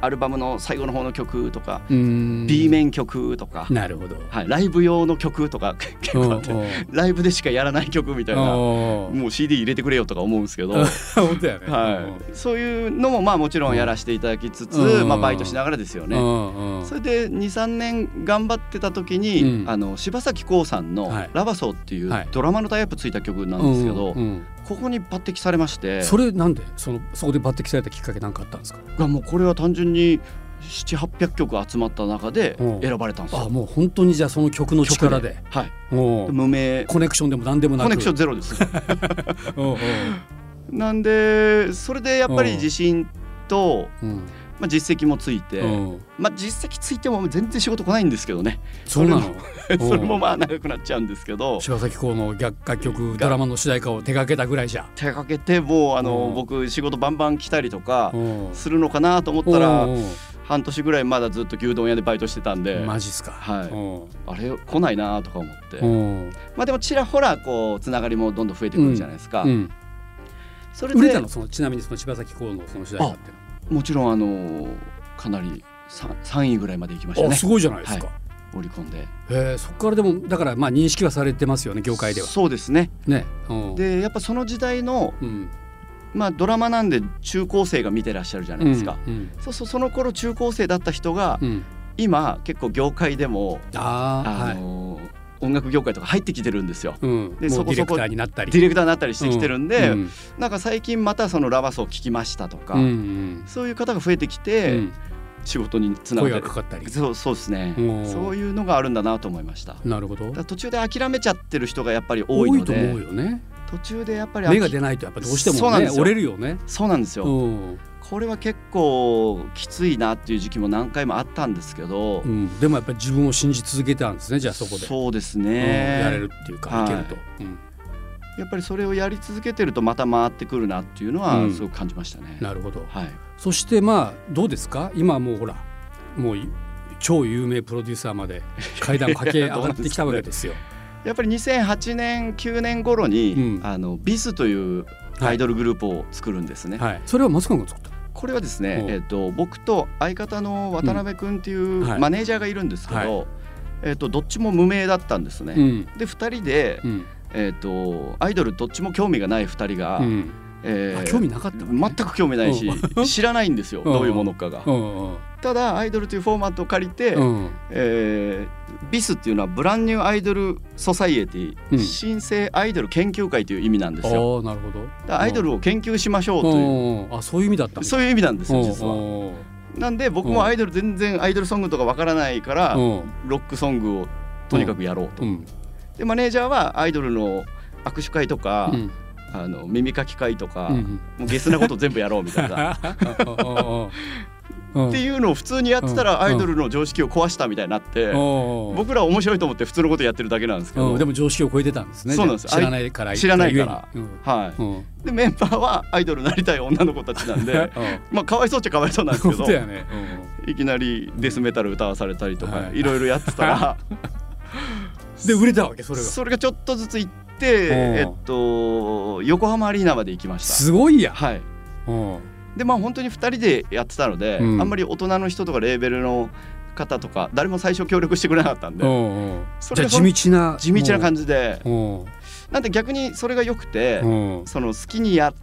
Speaker 3: アルバムの最後の方の曲とか、
Speaker 2: うん
Speaker 3: B 面曲とか、
Speaker 2: なるほど
Speaker 3: はい、ライブ用の曲とか結構あって
Speaker 2: うんうん
Speaker 3: ライブでしかやらない曲みたい
Speaker 2: あ
Speaker 3: な
Speaker 2: ー
Speaker 3: もう CD 入れてくれよとか思うんですけど、
Speaker 2: あ本当やね、
Speaker 3: はい、そういうのもまあもちろんやらせていただきつつ、
Speaker 2: うん
Speaker 3: まあ、バイトしながらですよ
Speaker 2: うん
Speaker 3: ね。
Speaker 2: うんうん
Speaker 3: それで23年頑張ってた時に、
Speaker 2: うん
Speaker 3: あの柴咲コウさんの
Speaker 2: はい
Speaker 3: 「ラバソー」っていう
Speaker 2: はい
Speaker 3: ドラマのタイアップついた曲なんですけど、
Speaker 2: うんうん
Speaker 3: ここに抜擢されまして
Speaker 2: それなんでそのそこで抜擢されたきっかけなんかあったんですか
Speaker 3: がもうこれは単純に700800曲集まった中で
Speaker 2: うん
Speaker 3: 選ばれたんです
Speaker 2: あ
Speaker 3: よ。
Speaker 2: もう本当にじゃあその曲の力で
Speaker 3: はい、
Speaker 2: おう
Speaker 3: 無名
Speaker 2: コネクションでも何でもなく
Speaker 3: コネクションゼロです。
Speaker 2: おうおう
Speaker 3: なんでそれでやっぱり自信と、
Speaker 2: うん
Speaker 3: まあ、実績もついて、
Speaker 2: うん
Speaker 3: まあ、実績ついても全然仕事来ないんですけどね
Speaker 2: そうな
Speaker 3: そ
Speaker 2: の
Speaker 3: [LAUGHS] それも
Speaker 2: あ
Speaker 3: まあ長くなっちゃうんですけど
Speaker 2: 柴咲コウの逆楽曲ドラマの主題歌を手掛けたぐらいじゃ
Speaker 3: 手掛けてもうあの、
Speaker 2: うん
Speaker 3: 僕仕事バンバン来たりとか
Speaker 2: おう
Speaker 3: するのかなと思ったら
Speaker 2: おう
Speaker 3: 半年ぐらいまだずっと牛丼屋でバイトしてたん
Speaker 2: お
Speaker 3: で
Speaker 2: うマジっすか
Speaker 3: はい
Speaker 2: おう
Speaker 3: あれ来ないなとか思って
Speaker 2: おう
Speaker 3: まあでもちらほらこうつながりもどんどん増えてくるじゃないですか、
Speaker 2: うん
Speaker 3: それ
Speaker 2: 売れた
Speaker 3: で
Speaker 2: のそのちなみにその柴咲コウのその主題歌って
Speaker 3: もちろんあのかなり 3, 3位ぐらいまで行きました
Speaker 2: あ
Speaker 3: ね
Speaker 2: すごいじゃないですか
Speaker 3: オリコンで
Speaker 2: へえそこからでもだからまあ認識はされてますよね業界では
Speaker 3: そうですね
Speaker 2: ねおう
Speaker 3: でやっぱその時代の、
Speaker 2: うん
Speaker 3: まあ、ドラマなんで中高生が見てらっしゃるじゃないですか、
Speaker 2: うん
Speaker 3: そうそうその頃中高生だった人が、
Speaker 2: うん
Speaker 3: 今結構業界でも
Speaker 2: ああは
Speaker 3: あ
Speaker 2: い
Speaker 3: のー音楽業界とか入ってきてるんですよ。
Speaker 2: うん、
Speaker 3: で
Speaker 2: も
Speaker 3: そうこ
Speaker 2: ディレ
Speaker 3: そこ
Speaker 2: クターになったり
Speaker 3: ディレクターになったりしてきてるんで、
Speaker 2: うん
Speaker 3: なんか最近またそのラバソを聞きましたとか、
Speaker 2: うんうん
Speaker 3: そういう方が増えてき
Speaker 2: う
Speaker 3: て、
Speaker 2: ん
Speaker 3: 仕事につなが
Speaker 2: 声が
Speaker 3: って
Speaker 2: かかったり
Speaker 3: そうそうですね
Speaker 2: うん
Speaker 3: そういうのがあるんだなと思いましただか
Speaker 2: なるほど
Speaker 3: ら途中で諦めちゃってる人がやっぱり多
Speaker 2: 多
Speaker 3: いの
Speaker 2: い
Speaker 3: で
Speaker 2: と思うよね
Speaker 3: 途中でやっぱり飽き
Speaker 2: 目が出ないとやっぱどうして
Speaker 3: そ
Speaker 2: も
Speaker 3: うなん
Speaker 2: ね
Speaker 3: ですよ
Speaker 2: 折れるよね
Speaker 3: そうなんですよ、
Speaker 2: うん、
Speaker 3: これは結構きついなっていう時期も何回もあったんですけど、
Speaker 2: うん、でもやっぱり自分を信じ続けたんですねじゃあそこで
Speaker 3: そうです
Speaker 2: うん
Speaker 3: ね、
Speaker 2: やれるっていうか、、
Speaker 3: はいい
Speaker 2: けると、うん、
Speaker 3: やっぱりそれをやり続けてるとまた回ってくるなっていうの
Speaker 2: う
Speaker 3: は
Speaker 2: ん
Speaker 3: すごく感じましたね。
Speaker 2: なるほど
Speaker 3: はい、
Speaker 2: そしてまあどうですか今はもうほらもうい超有名プロデューサーまで階段を駆け
Speaker 3: [LAUGHS]
Speaker 2: 上がってきたわけですよ。
Speaker 3: やっぱり2008年9年頃に、
Speaker 2: うん
Speaker 3: あのビスというアイドルグループを作るんですね。
Speaker 2: はい、それは松川が作った
Speaker 3: これはですね
Speaker 2: お、う
Speaker 3: えっと僕と相方の渡辺君ってい
Speaker 2: んは
Speaker 3: う
Speaker 2: い
Speaker 3: マネージャーがいるんですけど、
Speaker 2: は
Speaker 3: えっとどっちも無名だったんですね。
Speaker 2: うん
Speaker 3: で2人で、
Speaker 2: うん
Speaker 3: えっとアイドルどっちも興味がない2人が、
Speaker 2: うん
Speaker 3: えー
Speaker 2: あ興味なかったわね
Speaker 3: 全く興味ないし知らないんですよ
Speaker 2: うん
Speaker 3: どういうものかが
Speaker 2: う。んうん
Speaker 3: ただアイドルというフォーマットを借りて、
Speaker 2: うん
Speaker 3: えービスっていうのはブランニューアイドルソサイエティ、
Speaker 2: うん
Speaker 3: 新生アイドル研究会という意味なんですよ。
Speaker 2: ああなるほど。
Speaker 3: だからアイドルを研究しましょうと
Speaker 2: う
Speaker 3: い
Speaker 2: んうんあそういう意味だった
Speaker 3: う、
Speaker 2: んだ
Speaker 3: そういう意味なんですよ
Speaker 2: うん
Speaker 3: 実は。
Speaker 2: うん
Speaker 3: なんで僕もアイドル全然アイドルソングとかわからないから、
Speaker 2: うん
Speaker 3: ロックソングをとにかくやろうと。
Speaker 2: うん
Speaker 3: でマネージャーはアイドルの握手会とか、
Speaker 2: うん
Speaker 3: あの耳かき会とか、
Speaker 2: うんう
Speaker 3: も
Speaker 2: ん
Speaker 3: うゲスなこと全部やろうみたいな
Speaker 2: うん
Speaker 3: っていうのを普通にやってた
Speaker 2: うん
Speaker 3: らアイドルの常識を壊したみたいになって、
Speaker 2: おー
Speaker 3: 僕らは面白いと思って普通のことやってるだけなんですけど、
Speaker 2: うん、でも常識を超えてたんですね
Speaker 3: そうなんです
Speaker 2: じゃあ知らないから
Speaker 3: あい知らないから
Speaker 2: ゆえに
Speaker 3: は
Speaker 2: うんうん
Speaker 3: い、でメンバーはアイドルになりたい女の子たちな
Speaker 2: [LAUGHS]
Speaker 3: んで
Speaker 2: うん
Speaker 3: [LAUGHS] まあかわいそうっちゃかわいそうなんですけ
Speaker 2: 本
Speaker 3: ど
Speaker 2: 当やね、
Speaker 3: いきなりデスメタル歌わされたりとか、
Speaker 2: はい
Speaker 3: い、ろいろやってたら [LAUGHS]
Speaker 2: で売れたわけそれが
Speaker 3: それがちょっとずつ行って
Speaker 2: おう
Speaker 3: えっと横浜アリーナまで行きました。
Speaker 2: すごいや、
Speaker 3: はい
Speaker 2: うん
Speaker 3: でまあ本当に2人でやってたので、
Speaker 2: うん
Speaker 3: あんまり大人の人とかレーベルの方とか誰も最初協力してくれなかったん
Speaker 2: う
Speaker 3: で
Speaker 2: んうん
Speaker 3: そ
Speaker 2: じゃ
Speaker 3: れ
Speaker 2: あ
Speaker 3: が
Speaker 2: 地道な
Speaker 3: 地道な
Speaker 2: じ
Speaker 3: 感じで
Speaker 2: うん
Speaker 3: なんで逆にそれが良くて
Speaker 2: うん
Speaker 3: その好きにやっ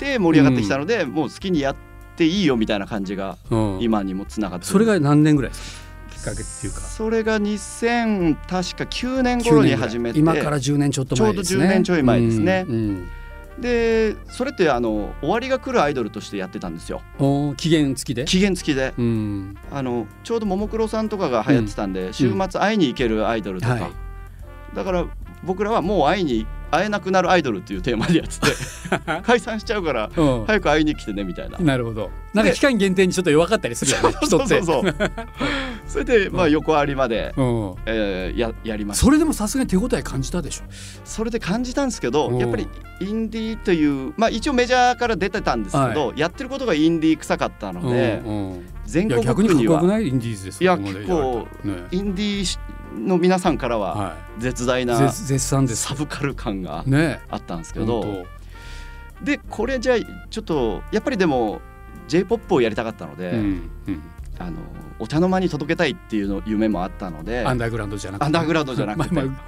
Speaker 3: て盛り上がってきたので、もう好きにやっていいよみたいな感じが
Speaker 2: うん
Speaker 3: 今にもつながってる
Speaker 2: それが何年ぐらいですかきっかけっていうか
Speaker 3: それが2000確か9年
Speaker 2: 9年ぐ
Speaker 3: 頃
Speaker 2: らい
Speaker 3: に始めて
Speaker 2: 今から10年ちょっと前ですね
Speaker 3: ちょうど10年ちょい前ですね
Speaker 2: うんうん
Speaker 3: でそれってあの終わりが来るアイドルとしてやってたんですよ
Speaker 2: おー期限付きで
Speaker 3: 期限付きで
Speaker 2: うん
Speaker 3: あのちょうどももクロさんとかが流行ってたんで、週末会いに行けるアイドルとか、
Speaker 2: はい
Speaker 3: だから僕らはもう会いに会えなくなるアイドルっていうテーマでやってて
Speaker 2: [LAUGHS]
Speaker 3: 解散しちゃうから
Speaker 2: うん
Speaker 3: 早く会いに来てねみたいな。
Speaker 2: なるほどなんか期間限定にちょっと弱かったりするよね人
Speaker 3: そ
Speaker 2: っ
Speaker 3: うそ
Speaker 2: て
Speaker 3: うそう [LAUGHS] それでまあ横ありまで、
Speaker 2: うん
Speaker 3: えーややりました
Speaker 2: それでもさすがに手応え感じたでしょ
Speaker 3: それで感じたんですけど、
Speaker 2: うん
Speaker 3: やっぱりインディーというまあ一応メジャーから出てたんですけど、やってることがインディー臭かったので、
Speaker 2: うんうん
Speaker 3: 全
Speaker 2: いや
Speaker 3: 国
Speaker 2: 逆にかっ
Speaker 3: 区
Speaker 2: こ
Speaker 3: に
Speaker 2: よく
Speaker 3: は
Speaker 2: ないインディーズです
Speaker 3: いや
Speaker 2: ここまで
Speaker 3: 結構
Speaker 2: やられたらね
Speaker 3: インディーの皆さんからは
Speaker 2: は
Speaker 3: 絶大
Speaker 2: い
Speaker 3: な
Speaker 2: 絶絶賛です
Speaker 3: サブカル感が
Speaker 2: ね
Speaker 3: あったんですけ
Speaker 2: 本
Speaker 3: ど、でこれじゃあちょっとやっぱりでも j p o p をやりたかったので、
Speaker 2: 当うんうん
Speaker 3: あのお茶の間に届けたいっていうの夢もあったので
Speaker 2: アンダーグラウンドじゃなくて
Speaker 3: アンダーグラウンドじゃなくて
Speaker 2: まあま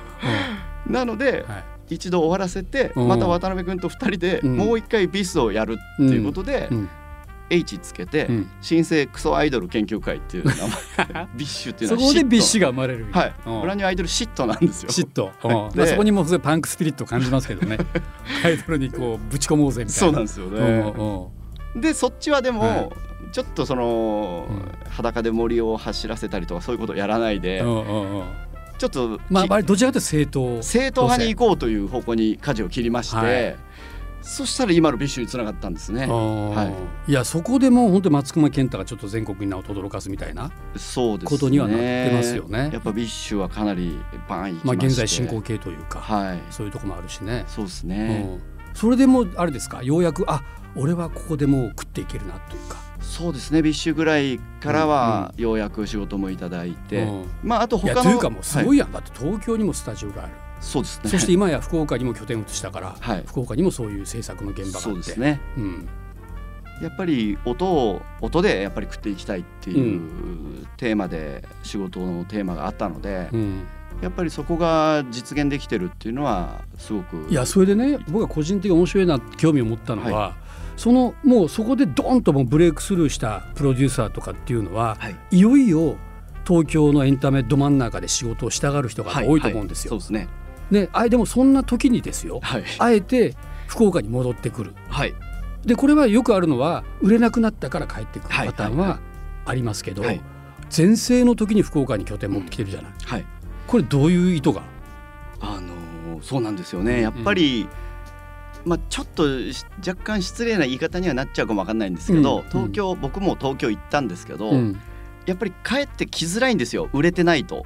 Speaker 2: あ
Speaker 3: なので
Speaker 2: うんはい
Speaker 3: 一度終わらせて、
Speaker 2: うん
Speaker 3: また渡辺君と2人で
Speaker 2: うん
Speaker 3: もう一回ビスをやるっていうことで、
Speaker 2: うん
Speaker 3: H つけて、
Speaker 2: うん
Speaker 3: 新生クソアイドル研究会っていう名
Speaker 2: [LAUGHS]
Speaker 3: 前ビッシュっていう
Speaker 2: そ
Speaker 3: のは
Speaker 2: こでビッシ
Speaker 3: ュ
Speaker 2: ュが生まれる
Speaker 3: はい
Speaker 2: うん
Speaker 3: ブランニューアイドル嫉妬なんですよ
Speaker 2: 嫉妬、うん
Speaker 3: で
Speaker 2: まあ、そこにもすごいパンクスピリットを感じますけど
Speaker 3: [LAUGHS]
Speaker 2: ねアイドルにこうぶち込もうぜみたいな
Speaker 3: そうなんですよね、
Speaker 2: うんうん
Speaker 3: でそっちはでも、
Speaker 2: はい
Speaker 3: ちょっとその、
Speaker 2: う
Speaker 3: 裸で森を走らせたりとかそういうことをやらないで、
Speaker 2: うんうんうん
Speaker 3: ちょっと、
Speaker 2: まあ、
Speaker 3: き
Speaker 2: あれどちらかというと正当
Speaker 3: 正統派に行こうという方向に舵を切りまして、
Speaker 2: はい
Speaker 3: そしたら今のビッシュにつながったんですね
Speaker 2: あ。ー、
Speaker 3: はい
Speaker 2: やそこでもう本当に松隈健太がちょっと全国に名を轟かすみたいな、
Speaker 3: そうですね。
Speaker 2: ことにはなってますよね
Speaker 3: やっぱビッシュはかなりバーン行き
Speaker 2: まあ、
Speaker 3: まして
Speaker 2: 現在進行形というか、
Speaker 3: はい。
Speaker 2: そういうとこもあるしね、
Speaker 3: そうですね。
Speaker 2: うん、それでもうあれですかようやくあ俺はここでもう食っていけるなというか。
Speaker 3: そうですね。ビッシュぐらいからはようやく仕事もいただいて、
Speaker 2: うん
Speaker 3: まああと
Speaker 2: い
Speaker 3: 他
Speaker 2: や
Speaker 3: の
Speaker 2: というかもうす
Speaker 3: は
Speaker 2: ごいやん、だって東京にもスタジオがある
Speaker 3: そうですね。
Speaker 2: そして今や福岡にも拠点を移したから、
Speaker 3: はい
Speaker 2: 福岡にもそういう制作の現場が
Speaker 3: そ
Speaker 2: あ
Speaker 3: う
Speaker 2: っ
Speaker 3: で
Speaker 2: て
Speaker 3: すね。
Speaker 2: うん
Speaker 3: やっぱり音を音でやっぱり食っていきたいっていううテーマで仕事のテーマがあったので、
Speaker 2: うん
Speaker 3: やっぱりそこが実現できてるっていうのはすごく
Speaker 2: いやそれでね僕が個人的に面白いなって興味を持ったのは、そのもうそこでドンともうブレイクスルーしたプロデューサーとかっていうのは、
Speaker 3: はい
Speaker 2: い、よいよ東京のエンタメど真ん中で仕事をしたがる人が
Speaker 3: はい
Speaker 2: 多いと思うんですよ。
Speaker 3: はいそうですね。
Speaker 2: ねあでもそんな時にですよ
Speaker 3: はい
Speaker 2: あえて福岡に戻ってくる
Speaker 3: はい
Speaker 2: でこれはよくあるのは売れなくなったから帰ってくる
Speaker 3: はい
Speaker 2: パターンはありますけど、
Speaker 3: はい
Speaker 2: 全盛の時に福岡に拠点持ってきてるじゃない、
Speaker 3: はい。
Speaker 2: これどういう意図が、
Speaker 3: あのーそうなんですよね。やっぱり、まあちょっとし若干失礼な言い方にはなっちゃうかもわかんないんですけど、
Speaker 2: うん
Speaker 3: 東京僕も東京行ったんですけど、
Speaker 2: うん
Speaker 3: やっぱり帰ってきづらいんですよ。売れてないと。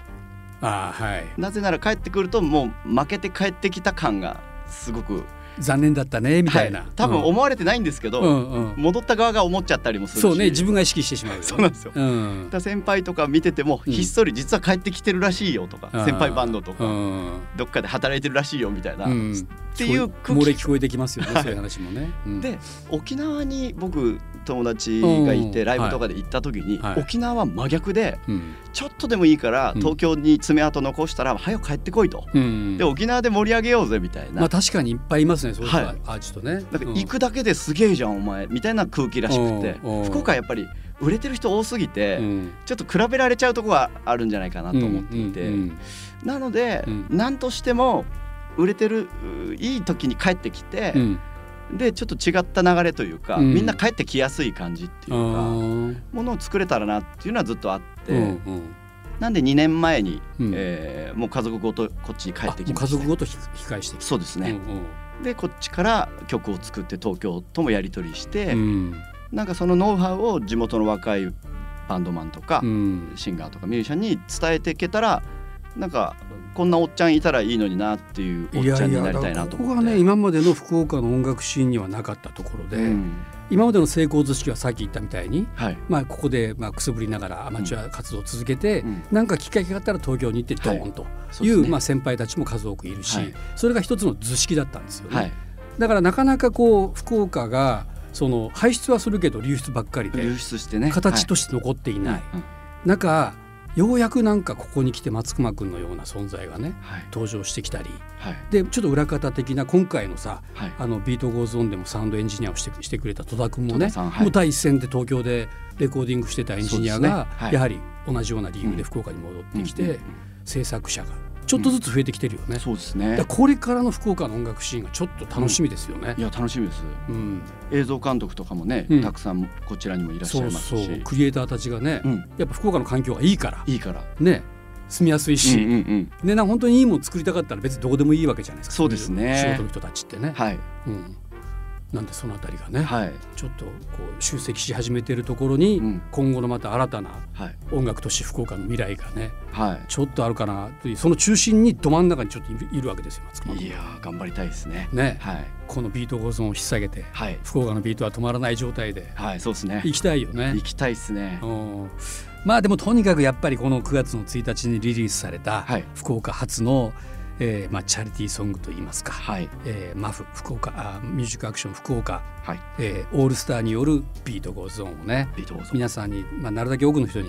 Speaker 2: あーはい
Speaker 3: なぜなら帰ってくるともう負けて帰ってきた感がすごく
Speaker 2: 残念だったねみたいな、
Speaker 3: は多分思われてないんですけど、
Speaker 2: うんうん
Speaker 3: 戻った側が思っちゃったりもするし
Speaker 2: そうね自分が意識してしまうよね、
Speaker 3: [LAUGHS] そうなんですよ
Speaker 2: うん
Speaker 3: だから先輩とか見てても
Speaker 2: うん
Speaker 3: ひっそり実は帰ってきてるらしいよとか、
Speaker 2: あー
Speaker 3: 先輩バンドとか、
Speaker 2: うん
Speaker 3: どっかで働いてるらしいよみたいな、
Speaker 2: うん
Speaker 3: っていう空
Speaker 2: 漏れ
Speaker 3: 気
Speaker 2: 聞こえてきますよね、
Speaker 3: はい
Speaker 2: そういう話もね。うん
Speaker 3: で沖縄に僕友達がいて
Speaker 2: うん
Speaker 3: ライブとかで行った時に、
Speaker 2: はいはい
Speaker 3: 沖縄は真逆で
Speaker 2: うん
Speaker 3: ちょっとでもいいから
Speaker 2: うん
Speaker 3: 東京に爪痕残したら早く帰ってこいと、
Speaker 2: うん
Speaker 3: で沖縄で盛り上げようぜみたいな,、
Speaker 2: まあ確かにいっぱいいますねそういう人は、
Speaker 3: はい
Speaker 2: アーティストね。
Speaker 3: なんか行くだけですげえじゃんお前みたいな空気らしくて
Speaker 2: うんうん
Speaker 3: 福岡やっぱり売れてる人多すぎて、
Speaker 2: うん
Speaker 3: ちょっと比べられちゃうとこがあるんじゃないかなと思っていて、
Speaker 2: うんうん
Speaker 3: なので、
Speaker 2: うん
Speaker 3: 何としても売れてるういい時に帰ってきて
Speaker 2: う、ん
Speaker 3: でちょっと違った流れというか、
Speaker 2: うん
Speaker 3: みんな帰ってきやすい感じっていう
Speaker 2: う
Speaker 3: か、
Speaker 2: ん
Speaker 3: ものを作れたらなっていうのはずっとあって、
Speaker 2: うんうん
Speaker 3: なんで2年前に、
Speaker 2: うん
Speaker 3: えーもう家族ごとこっちに帰
Speaker 2: あ
Speaker 3: ってき
Speaker 2: もう
Speaker 3: ま
Speaker 2: 家
Speaker 3: した
Speaker 2: 族ごとひ控えしてき
Speaker 3: そうです
Speaker 2: て、
Speaker 3: ね、でこっちから曲を作って東京ともやり取りして、
Speaker 2: うんうん
Speaker 3: なんかそのノウハウを地元の若いバンドマンとか、
Speaker 2: うん
Speaker 3: シンガーとかミュージシャンに伝えていけたらなんかこんなおっちゃんいたらいいのになっていうおっちゃんになりたいなと
Speaker 2: ここ
Speaker 3: 思っ
Speaker 2: が
Speaker 3: て。
Speaker 2: ね今までの福岡の音楽シーンにはなかったところで、
Speaker 3: うん
Speaker 2: 今までの成功図式はさっき言ったみたいに、
Speaker 3: はい
Speaker 2: まあ、ここでまあくすぶりながらアマチュア活動を続けて、
Speaker 3: うん
Speaker 2: なんかきっかけがあったら東京に行ってドーンと
Speaker 3: そう
Speaker 2: い
Speaker 3: で
Speaker 2: う
Speaker 3: すね
Speaker 2: まあ、先輩たちも数多くいるし、
Speaker 3: はい
Speaker 2: それが一つの図式だったんですよね、
Speaker 3: はい、
Speaker 2: だからなかなかこう福岡がその排出はするけど流出ばっかりで
Speaker 3: 流出してね
Speaker 2: 形として残っていない、
Speaker 3: うん
Speaker 2: 中ようやくなんかここに来て松隈君のような存在がね
Speaker 3: はい
Speaker 2: 登場してきたり
Speaker 3: はい
Speaker 2: でちょっと裏方的な今回のさ
Speaker 3: はい
Speaker 2: あのビートゴーズオンでもサウンドエンジニアをしてしてくれた戸田君も
Speaker 3: 戸
Speaker 2: ね、
Speaker 3: 田さんはい
Speaker 2: もう第一線で東京でレコーディングしてたエンジニア
Speaker 3: そう
Speaker 2: が、
Speaker 3: ですねはい
Speaker 2: やはり同じような理由
Speaker 3: う
Speaker 2: で
Speaker 3: ん
Speaker 2: 福岡に戻ってきて、
Speaker 3: うんうん
Speaker 2: 制作者がちょっとずつ増えてきてるよね、
Speaker 3: そうです
Speaker 2: だ
Speaker 3: ね
Speaker 2: からこれからの福岡の音楽シーンがちょっと楽しみですよね
Speaker 3: い。や楽しみです
Speaker 2: うん
Speaker 3: 映像監督とかもね、
Speaker 2: うん
Speaker 3: たくさんこちらにもいらっしゃい
Speaker 2: そう
Speaker 3: ますし
Speaker 2: そうクリエイターたちがね、
Speaker 3: うん、
Speaker 2: やっぱ福岡の環境がいいから
Speaker 3: いいから、
Speaker 2: ね住みやすいし、
Speaker 3: うんうんうん
Speaker 2: ねなんか本当にいいもの作りたかったら別にどこでもいいわけじゃないですか
Speaker 3: そうですね
Speaker 2: そういう仕事の人たちってね、
Speaker 3: はい
Speaker 2: うん、なんでそのあたりがね、
Speaker 3: はい
Speaker 2: ちょっとこう集積し始めてるところに、
Speaker 3: うん
Speaker 2: 今後のまた新たな
Speaker 3: はい
Speaker 2: 音楽都市福岡の未来がね
Speaker 3: は
Speaker 2: ちょっとあるかなというその中心にど真ん中にちょっといるいるわけですよ松隈
Speaker 3: い
Speaker 2: 君
Speaker 3: いやー頑張りたいですね
Speaker 2: ね、
Speaker 3: はい
Speaker 2: このビートゴーゾンを引っ提げて
Speaker 3: はい
Speaker 2: 福岡のビートは止まらない状態で
Speaker 3: はいそうですね
Speaker 2: 行きたいよね
Speaker 3: 行。きたいですね
Speaker 2: うんまあでもとにかくやっぱりこの9月の1日にリリースされた
Speaker 3: はい
Speaker 2: 福岡初の、えーまあ、チャリティーソングといいますか、
Speaker 3: はい
Speaker 2: えーマフ福岡あミュージックアクション福岡、
Speaker 3: はい
Speaker 2: えーオールスターによるビートゴーゾーンをね
Speaker 3: ビートボーズ
Speaker 2: 皆さんに、まあ、なるだけ多くの人に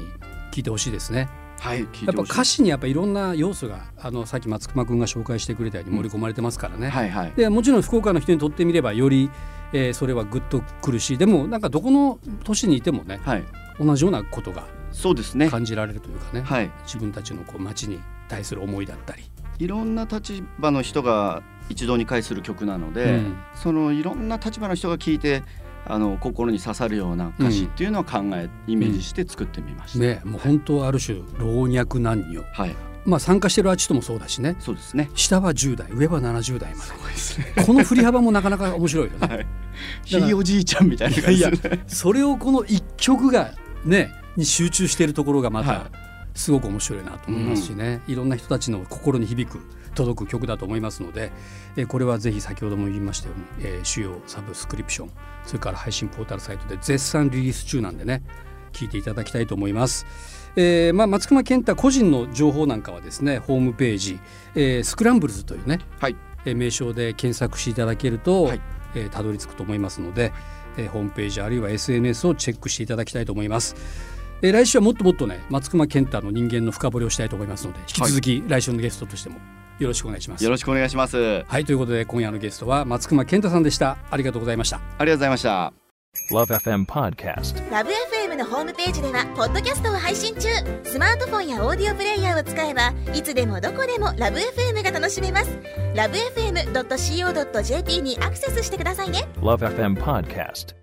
Speaker 2: 聞いてほしいですね。
Speaker 3: はい聞い
Speaker 2: やってぱ
Speaker 3: ほしい
Speaker 2: 歌詞にやっぱいろんな要素があのさっき松隈君が紹介してくれたように盛り込まれてますからね。
Speaker 3: はいはい
Speaker 2: でもちろん福岡の人にとってみればより、えーそれはグッとくるしでもなんかどこの都市にいてもね
Speaker 3: はい
Speaker 2: 同じようなことが
Speaker 3: そうですね
Speaker 2: 感じられるというかね、
Speaker 3: はい
Speaker 2: 自分たちのこう街に対する思いだったり、
Speaker 3: いろんな立場の人が一堂に会する曲なので、
Speaker 2: うん
Speaker 3: そのいろんな立場の人が聞いてあの心に刺さるような歌詞っていうのは考え、イメージして作ってみました、
Speaker 2: ね、もう本当ある種老若男女、
Speaker 3: はい
Speaker 2: まあ、参加してるアーティストもそうだしね
Speaker 3: そうですね
Speaker 2: 下は10代上は70代まで
Speaker 3: そうですね
Speaker 2: この振り幅もなかなか面白いよね。
Speaker 3: ひいおじいちゃんみたいな感じ
Speaker 2: いやい
Speaker 3: ですね
Speaker 2: それをこの一曲がねに集中しているところがま
Speaker 3: は
Speaker 2: たすごく面白いなと思いますしね、いろんな人たちの心に響く届く曲だと思いますので、えーこれはぜひ先ほども言いましたように、えー主要サブスクリプションそれから配信ポータルサイトで絶賛リリース中なんでね聞いていただきたいと思います。えーまあ、松隈健太個人の情報なんかはですねホームページ、えースクランブルズというね
Speaker 3: はい
Speaker 2: えー名称で検索していただけると、
Speaker 3: はい
Speaker 2: えーたどり着くと思いますので、えーホームページあるいは SNS をチェックしていただきたいと思います。えー来週はもっともっとね松隈健太の人間の深掘りをしたいと思いますので引き続き来週のゲストとしてもよろしくお願いします。は
Speaker 3: よ
Speaker 2: い、
Speaker 3: ろしくお願いしますあり
Speaker 2: ということで今夜のゲストは松隈健太さんでした。ありがとうございました。
Speaker 3: がとうございました
Speaker 4: Love FM Podcast.
Speaker 5: ラブ f m のホームページではポッドキャストを配信中スマートフォンやオーディオプレイヤーを使えばいつでもどこでもラブ f m が楽しめますラブ FM.co.jp にアクセスしてくださいね
Speaker 4: Love FM Podcast.